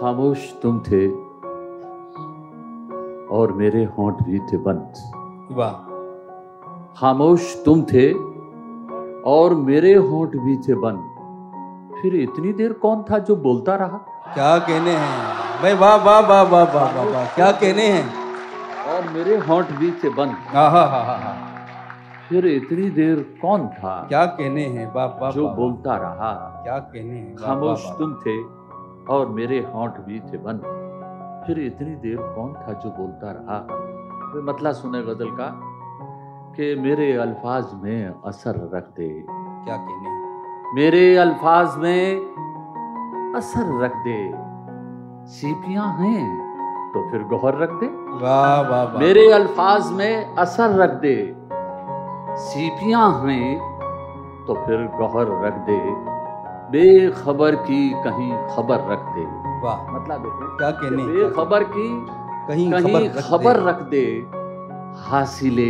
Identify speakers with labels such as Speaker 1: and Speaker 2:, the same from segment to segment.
Speaker 1: खामोश तुम थे और मेरे होंठ भी थे बंद
Speaker 2: वाह
Speaker 1: खामोश तुम थे और मेरे होंठ भी थे बंद फिर इतनी देर कौन था जो बोलता रहा
Speaker 2: क्या कहने हैं भाई वाह वाह वाह वाह वाह वाह वाह क्या कहने हैं
Speaker 1: और मेरे होंठ भी थे बंद
Speaker 2: हाँ हाँ हाँ हाँ हाँ
Speaker 1: फिर इतनी देर कौन था
Speaker 2: क्या कहने हैं वाह वाह
Speaker 1: जो
Speaker 2: वाह, वाह।
Speaker 1: बोलता रहा
Speaker 2: क्या कहने हैं वाह,
Speaker 1: खामोश
Speaker 2: वाह, वाह।
Speaker 1: तुम थे और मेरे होंठ भी थे बंद फिर इतनी देर कौन था जो बोलता रहा वे मतला सुने गजल का कि मेरे अल्फाज में असर रख दे
Speaker 2: क्या कहने हैं
Speaker 1: मेरे अल्फाज में असर रख दे सीपियां हैं तो फिर गौहर रख दे
Speaker 2: वाह वाह वाह
Speaker 1: मेरे अल्फाज में असर रख दे सीपियां हैं तो फिर गौहर रख दे बेखबर की कहीं खबर रख दे
Speaker 2: वाह
Speaker 1: मतलब ये है
Speaker 2: क्या
Speaker 1: कि
Speaker 2: कहने हैं
Speaker 1: बेखबर की
Speaker 2: कहीं
Speaker 1: कहीं
Speaker 2: रख दे।
Speaker 1: खबर रख दे हासिले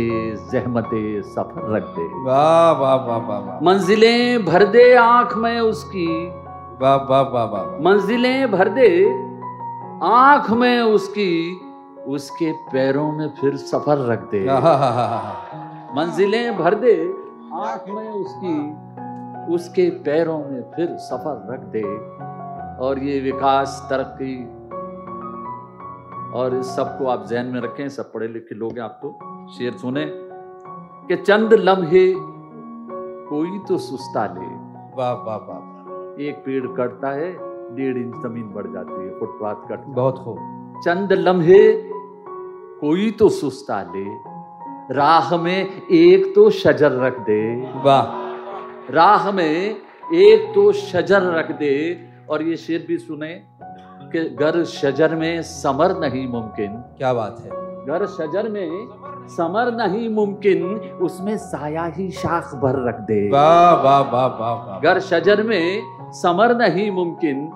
Speaker 1: जहमते सफर रख दे
Speaker 2: वाह वाह वाह वाह वाह
Speaker 1: मंजिलें भर दे आंख में उसकी
Speaker 2: वाह वाह वाह वाह वाह।
Speaker 1: मंजिलें भर दे आंख में उसकी उसके पैरों में फिर सफर रख दे
Speaker 2: हाँ, हाँ, हाँ, हाँ, हाँ।
Speaker 1: मंजिलें भर दे आंख में उसकी उसके पैरों में फिर सफर रख दे और ये विकास तरक्की और इस सब को आप जहन में रखें सब पढ़े लिखे लोग हैं आप तो शेर सुने कि चंद लम्हे कोई तो सुस्ता ले
Speaker 2: वाह वाह वाह वाह।
Speaker 1: एक पेड़ कटता है डेढ़ इंच जमीन बढ़ जाती है फुटपाथ कट
Speaker 2: बहुत खूब
Speaker 1: चंद लम्हे कोई तो सुस्ता ले राह में एक तो शजर रख दे
Speaker 2: वाह
Speaker 1: राह में एक तो शजर रख दे और ये शेर भी सुने कि गर शजर में समर नहीं मुमकिन
Speaker 2: क्या बात है
Speaker 1: गर शजर में समर नहीं मुमकिन उसमें साया ही शाख भर रख दे
Speaker 2: वाह वाह वाह वाह वाह
Speaker 1: गर शजर में समर नहीं मुमकिन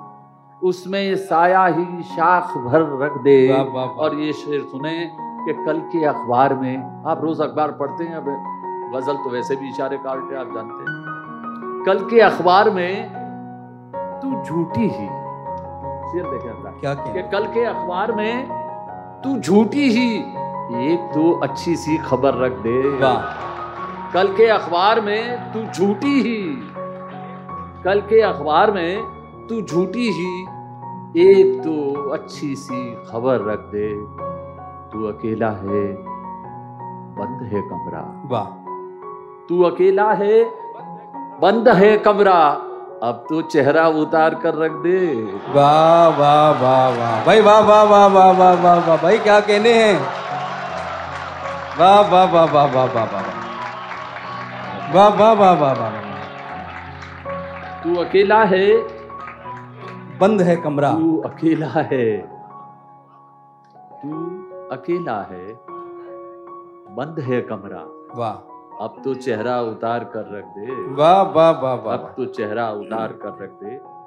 Speaker 1: उसमें साया ही शाख भर रख दे
Speaker 2: वाह, वाह, वाह।
Speaker 1: और ये शेर सुने कि कल के अखबार में आप रोज अखबार पढ़ते हैं अब गजल तो वैसे भी इशारे का आर्ट है आप जानते हैं कल के अखबार में तू झूठी ही शेर देखे अंदर
Speaker 2: क्या कहने
Speaker 1: कि कल के अखबार में तू झूठी ही एक तो अच्छी सी खबर रख दे
Speaker 2: वाह
Speaker 1: कल के अखबार में तू झूठी ही कल के अखबार में तू झूठी ही एक तो अच्छी सी खबर रख दे तू अकेला है बंद है कमरा
Speaker 2: वाह
Speaker 1: तू अकेला है बंद है कमरा अब तो चेहरा उतार कर रख दे
Speaker 2: वाह वाह वाह वाह भाई वाह वाह वाह वाह वाह वाह वाह भाई क्या कहने हैं वाह वाह वाह वाह वाह वाह वाह वाह वाह वाह वाह वाह वाह
Speaker 1: तू अकेला है
Speaker 2: बंद है कमरा
Speaker 1: तू अकेला है तू अकेला है बंद है कमरा
Speaker 2: वाह
Speaker 1: अब तो चेहरा उतार कर रख दे
Speaker 2: वाह वाह वाह वाह
Speaker 1: अब तो चेहरा उतार कर रख दे